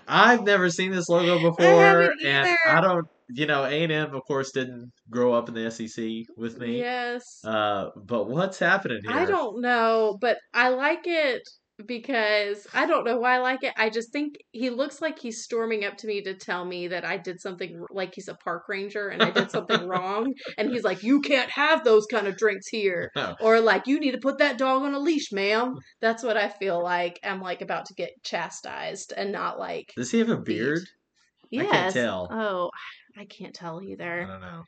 I've never seen this logo before, haven't and either. I don't. You know, A and M, of course, didn't grow up in the SEC with me. yes. Uh, but what's happening here? I don't know, but I like it because I don't know why I like it. I just think he looks like he's storming up to me to tell me that I did something like he's a park ranger and I did something wrong. And he's like, You can't have those kind of drinks here. No. Or like, You need to put that dog on a leash, ma'am. That's what I feel like. I'm like about to get chastised and not like, Does he have a beard? Yes. can't tell. Oh, I can't tell I either. don't know.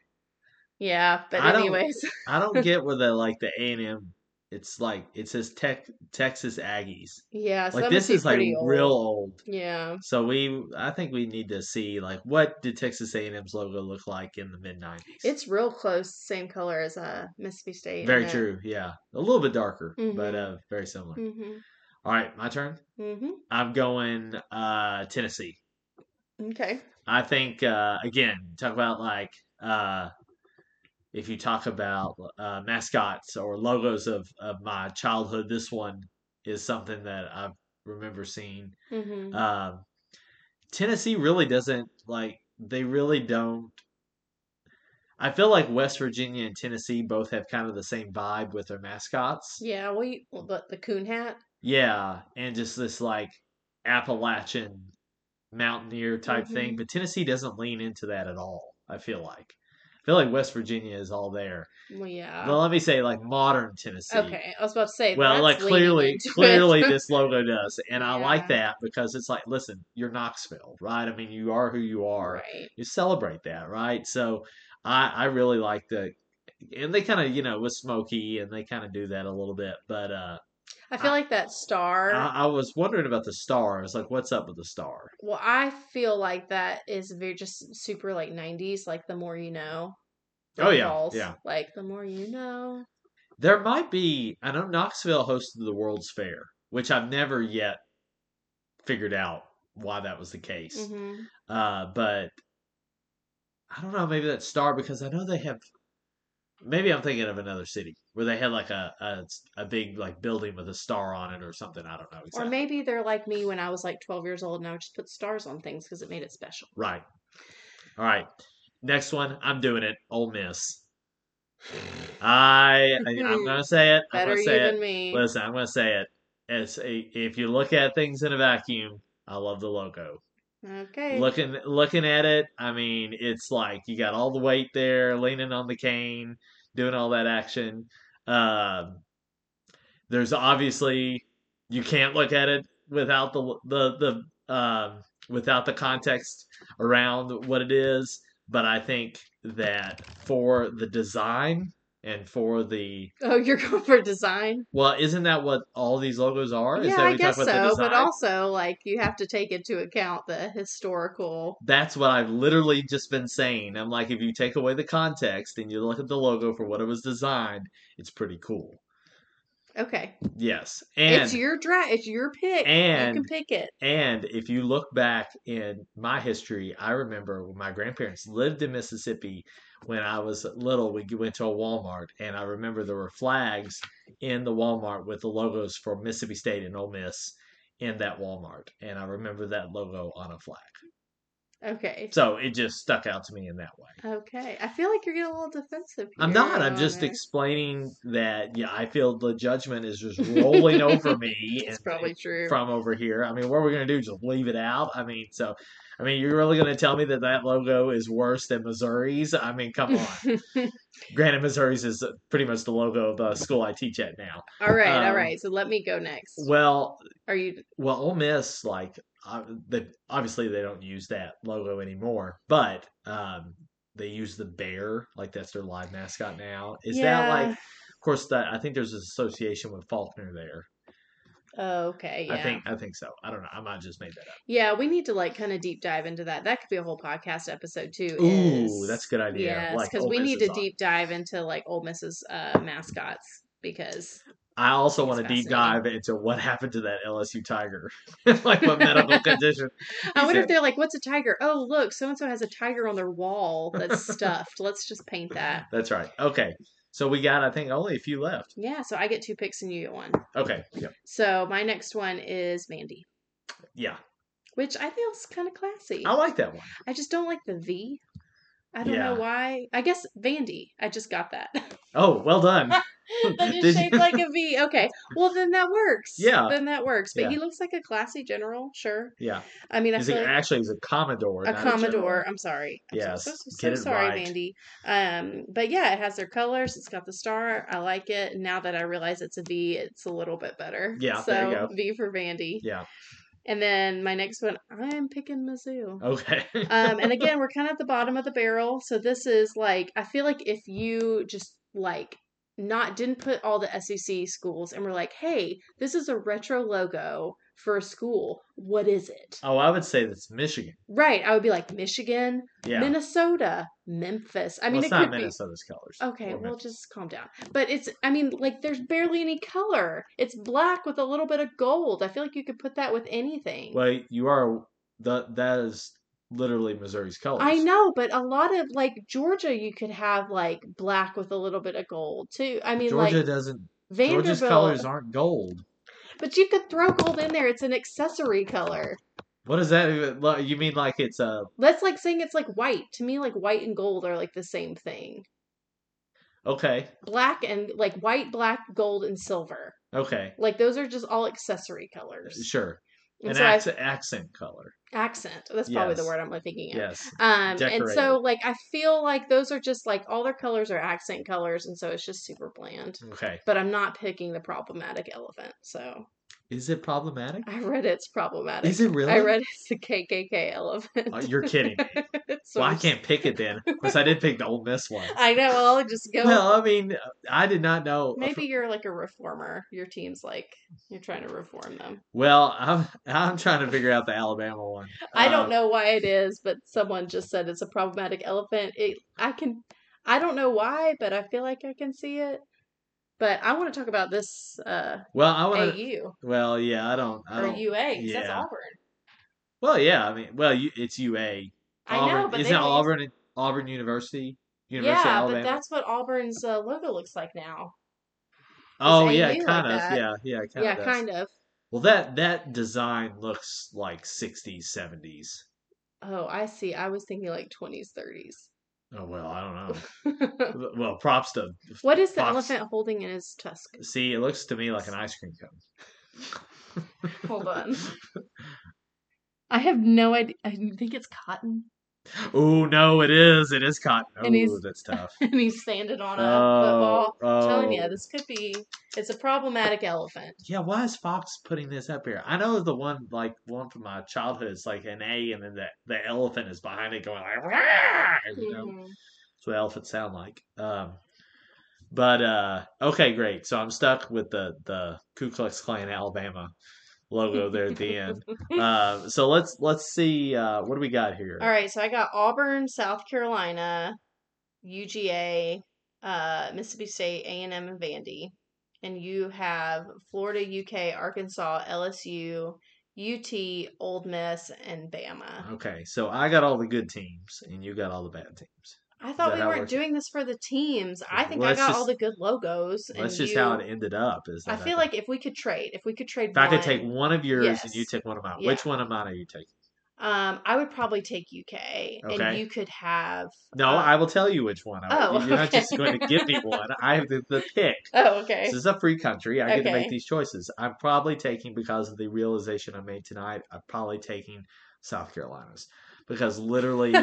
Yeah, but I don't- anyways. I don't get where the like the A and M. It's like it says Tech Texas Aggies. Yeah, so Like that this must be is like pretty old. real old. Yeah. So we, I think we need to see like what did Texas A&M's logo look like in the mid '90s. It's real close, same color as uh, Mississippi State. very true. Yeah, a little bit darker, but Mhm. uh, very similar. Mm-hmm. All right, my turn. Mm-hmm. I'm going uh, Tennessee. Okay. I think uh, again, talk about like uh, if you talk about uh, mascots or logos of of my childhood, this one is something that I remember seeing. Mm-hmm. Um, Tennessee really doesn't like. They really don't. I feel like West Virginia and Tennessee both have kind of the same vibe with their mascots. yeah. Well, you, well, the the coon hat. Yeah, and just this like Appalachian mountaineer type thing, Mhm. but Tennessee doesn't lean into that at all. I feel like. I feel like West Virginia is all there. Well, yeah. Well, let me say like modern Tennessee. okay. I was about to say. Well, that's like leaning clearly, into it. clearly this logo does, and I like Yeah. that because it's like, listen, you're Knoxville, right? I mean, you are who you are. right. You celebrate that, right? So, I I really like the, and they kind of you know with Smokey, and they kind of do that a little bit, but uh, I feel I- like that star. I, I was wondering about the star. I was like, what's up with the star? well, I feel like that is very just super like '90s. Like the more you know. Oh, yeah, Falls. yeah. Like the more you know. There might be. I know Knoxville hosted the World's Fair, which I've never yet figured out why that was the case. Mm-hmm. Uh, but I don't know. Maybe that star because I know they have. Maybe I'm thinking of another city where they had like a a, a big like building with a star on it or something. I don't know exactly. Or maybe they're like me when I was like 12 years old and I would just put stars on things because it made it special. right. All right. Next one. I'm doing it. Ole Miss. I, I I'm gonna say it. I'm Better gonna you say it. than me. Listen, I'm gonna say it. It's a, if you look at things in a vacuum, I love the logo. okay. Looking looking at it, I mean, it's like you got all the weight there, leaning on the cane, doing all that action. Um, there's obviously you can't look at it without the the the um, without the context around what it is. But I think that for the design and for the Oh, you're going for design? well, isn't that what all these logos are? Is yeah, that I we guess talk about the so. But design? also, like, you have to take into account the historical. That's what I've literally just been saying. I'm like, if you take away the context and you look at the logo for what it was designed, it's pretty cool. Okay, Yes, and it's your draft. It's your pick. you can and- pick it. and if you look back in my history, I remember when my grandparents lived in Mississippi. When I was little, we went to a Walmart, and I remember there were flags in the Walmart with the logos for Mississippi State and Ole Miss in that Walmart, and I remember that logo on a flag. Okay. So it just stuck out to me in that way. Okay. I feel like you're getting a little defensive. I'm here, not. I'm just Honor. explaining that. Yeah, I feel the judgment is just rolling over me. It's and- probably true. from over here. I mean, what are we going to do? Just leave it out? I mean, so, I mean, you're really going to tell me that that logo is worse than Missouri's? I mean, come on. Granted, Missouri's is pretty much the logo of the school I teach at now. all right. um, all right. So let me go next. Well, Are you? well, Ole Miss, like, uh, they, obviously they don't use that logo anymore, but um, they use the bear, like that's their live mascot now. Is that like? Yeah. Of course, that I think there's an association with Faulkner there. Oh, okay. Yeah. I think I think so. I don't know. I might just made that up. Yeah, we need to like kind of deep dive into that. That could be a whole podcast episode too. Ooh, is- that's a good idea. Yes, Like because Ole we Miss need is to on. deep dive into like Ole Miss's uh, mascots because I also It's want to deep dive fascinating. into what happened to that LSU Tiger, like what medical condition. I wonder if said- they're like, "What's a tiger? Oh, look, so and so has a tiger on their wall that's stuffed. Let's just paint that." That's right. Okay, so we got I think only a few left. Yeah, so I get two picks and you get one. Okay, yeah, So my next one is Mandy, yeah. which I feel is kind of classy. I like that one. I just don't like the V. I don't know Yeah. why. I guess Vandy. I just got that. Oh, well done. that Hmm. Did is shaped like a V. Okay. Well, then that works. Yeah. Then that works. But Yeah. he looks like a classy general. Sure. Yeah, I mean, I he's a, feel like actually he's a Commodore. a not Commodore. general. I'm sorry. I'm Yes, So, so, so get it sorry, right. Mandy. Um, but yeah, it has their colors. It's got the star. I like it. And Now that I realize it's a V, it's a little bit better. Yeah, So there you go. V for Vandy. Yeah. And then my next one, I'm picking Mizzou. Okay. Um, and again, we're kind of at the bottom of the barrel. So this is like, I feel like if you just like not didn't put all the SEC schools and we're like, hey, this is a retro logo for a school. What is it? oh, I would say that's Michigan. Right. I would be like Michigan, Yeah. Minnesota, Memphis. I mean, well, it's it not could be. Minnesota's colors. Okay, Or well, Memphis. just calm down. But it's, I mean, like, there's barely any color. It's black with a little bit of gold. I feel like you could put that with anything. well, you are the that is literally Missouri's colors. I know, but a lot of like Georgia, you could have like black with a little bit of gold too. I mean, Georgia like doesn't. Vanderbilt, Georgia's colors aren't gold. but you could throw gold in there. It's an accessory color. What is that? even- like, You mean like it's a? That's like saying it's like white. To me, like white and gold are like the same thing. Okay, Black and like white, black, gold, and silver. okay, Like those are just all accessory colors. sure. And An so I, acc- accent color. accent. That's probably the Yes. word I'm thinking of. Yes. Um, and so Decorated. like I feel like those are just like all their colors are accent colors, and so it's just super bland. Okay. but I'm not picking the problematic elephant. So Is it problematic? I read it's problematic. Is it really? I read it's the KKK elephant. Oh, you're kidding. me. It's well, I worse. can't pick it then because I did pick the Ole Miss one. I know. I'll just go. Well, I mean, I did not know. Maybe you're like a reformer. Your team's like you're trying to reform them. Well, I'm I'm trying to figure out the Alabama one. I Uh, don't know why it is, but someone just said it's a problematic elephant. It, I can. I don't know why, but I feel like I can see it. But I want to talk about this uh, Well, I want to. AU Well, yeah, I don't. I or don't. UA. 'cause That's Oh, yeah. Auburn. Well, yeah. I mean, well, you, it's UA. I know, Auburn- but isn't they it don't use- Auburn Auburn University? University yeah, of Alabama. but that's what Auburn's uh, logo looks like now. oh it's yeah, AU kind like of. that. Yeah, yeah, kind yeah, of. does. kind of. Well, that that design looks like 60s, 70s. Oh, I see. I was thinking like 20s, 30s. Oh well, I don't know. well, props to what is the Fox. elephant holding in his tusk? see. It looks to me like an ice cream cone. Hold on. I have no idea. I think it's cotton, Oh no, it is. It is cotton. And he's- Oh, that's tough. and he's standing on a oh, football. I'm telling you, oh. this could be. It's a problematic elephant. Yeah, why is Fox putting this up here? I know the one like one from my childhood is like an A, and then the the elephant is behind it going like, "Rah!" you know? Mhm. That's what elephants sound like. Um, but uh, okay, great. So I'm stuck with the the Ku Klux Klan Alabama logo there at the end. Uh, so let's let's see uh, what do we got here. All right, so I got Auburn, South Carolina, UGA, uh, Mississippi State, A and M, and Vandy, and you have Florida, UK, Arkansas, LSU, UT, Old Miss, and Bama. Okay, so I got all the good teams, and you got all the bad teams. I that thought we how it weren't works? doing this for the teams. I think Well, I that's got just- all the good logos. and That's just you- how it ended up. Is I that feel like if we could trade, if we could trade, if I could one- take one of yours and you Yes. take one of mine, Yeah. which one of mine are you taking? Um, I would probably take UK, and Okay. you could have. No, uh, I will tell you which one. I, Oh, you're not okay. just going to give me one. I have the, the pick. Oh, okay. This is a free country. I get to Okay. make these choices. I'm probably taking because of the realization I made tonight. I'm probably taking South Carolina's because literally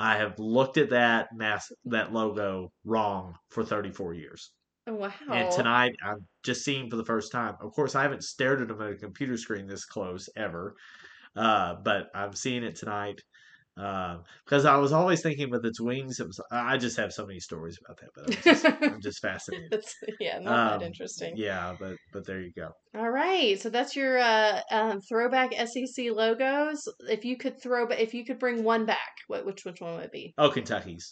I have looked at that mass that logo wrong for 34 years. Oh, Wow. And tonight I'm just seeing for the first time. Of course, I haven't stared at them at a computer screen this close ever, uh, but I'm seeing it tonight. Um, because I was always thinking with its wings, it was, I just have so many stories about that, but I'm just, I'm just fascinated. That's yeah, not Um, that interesting. Yeah, but but there you go. All right, so that's your uh, um, throwback SEC logos. If you could throw, ba- if you could bring one back, what which which one would it be? Oh, Kentucky's.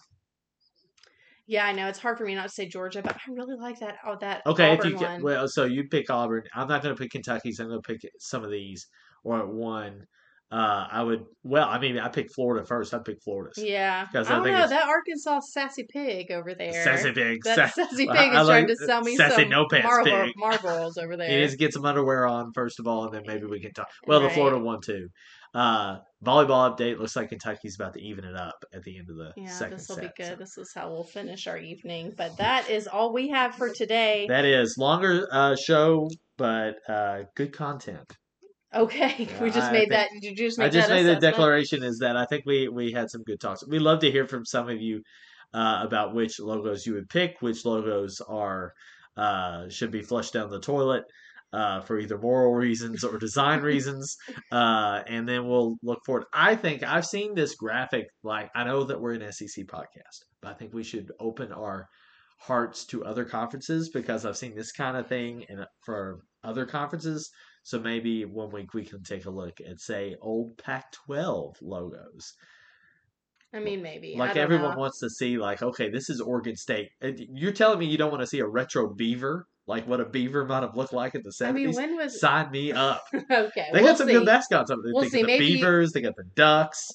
Yeah, I know it's hard for me not to say Georgia, but I really like that. Oh, that Okay, Auburn if you one. can, well, so you pick Auburn. I'm not going to pick Kentucky's. I'm going to pick some of these or one. Uh, I would. Well, I mean, I picked Florida first. I picked Florida's. yeah, I 'Cause I don't think know it's- that Arkansas sassy pig over there. Sassy pig. that Sa- sassy pig I- is I like trying to sell me sassy some no pants marble, pig. marbles over You there. need to get some underwear on first of all, and then maybe we can talk. Well, the Right. Florida one too. Uh, volleyball update looks like Kentucky's about to even it up at the end of the yeah, second this will be set. so. good. This is how we'll finish our evening. But that is all we have for today. That is longer uh, show, but uh, good content. Okay, we just I made think- that. Did you just make I just that made the assessment? declaration is that I think we we had some good talks. We love to hear from some of you uh, about which logos you would pick, which logos are uh, should be flushed down the toilet uh, for either moral reasons or design reasons, uh, and then we'll look forward. I think I've seen this graphic. Like I know that we're an SEC podcast, but I think we should open our hearts to other conferences because I've seen this kind of thing in, for other conferences. So maybe one week we can take a look at say old Pac-12 logos. I mean, maybe. I like don't everyone know. wants to see, like okay, this is Oregon State. And you're telling me you don't want to see a retro beaver, like what a beaver might have looked like in the I mean, seventies? when was Sign me up. okay? They we'll got some see. good mascots over there. We'll they see, got the maybe- beavers. They got the ducks.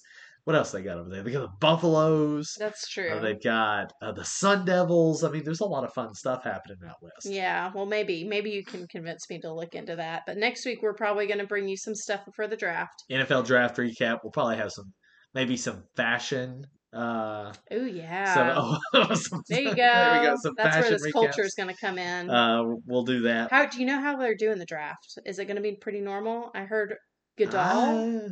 What else they got over there? They got the buffaloes. That's true. Uh, they've got uh, the Sun Devils. I mean, there's a lot of fun stuff happening out west. Yeah, well, maybe maybe you can convince me to look into that. But next week we're probably going to bring you some stuff for the draft. NFL draft recap. We'll probably have some, maybe some fashion. Uh, Oh yeah, So, oh, some- there you go. There we go. Some That's where fashion this recaps. culture is going to come in. Uh, we'll do that. how do you know how they're doing the draft? Is it going to be pretty normal? I heard Goodall. Ah,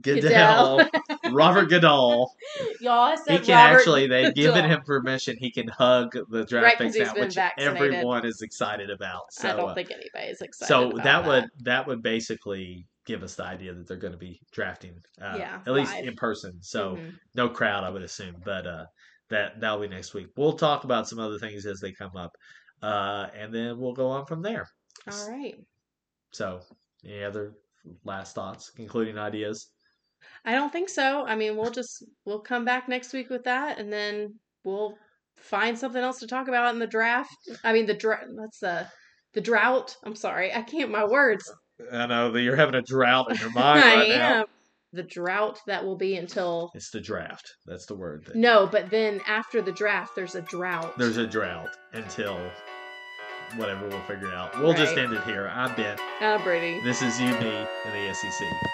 Goodell. Robert Goodall. Y'all, I he said can Robert. actually. They've given Goodall. him permission. He can hug the draft Right, 'cause picks he's out, been which vaccinated. everyone is excited about. So, I don't uh, think anybody's excited. so about that, would that would basically give us the idea that they're going to be drafting. Uh, Yeah, At least live. in person. So. Mhm. no crowd, I would assume, but uh, that that'll be next week. We'll talk about some other things as they come up, uh, and then we'll go on from there. all right. So, any other last thoughts, concluding ideas? I don't think so. I mean, we'll just we'll come back next week with that, and then we'll find something else to talk about in the draft. I mean, the drought. That's the the drought. I'm sorry, I can't my words. I know that you're having a drought in your I mind right now. am the drought that will be until It's the draft. That's the word. that- no, but then after the draft, there's a drought. There's a drought until whatever we'll figure out. We'll just Right. end it here. I'm Ben. Ah, Brady. This is you, me, and the E SEC.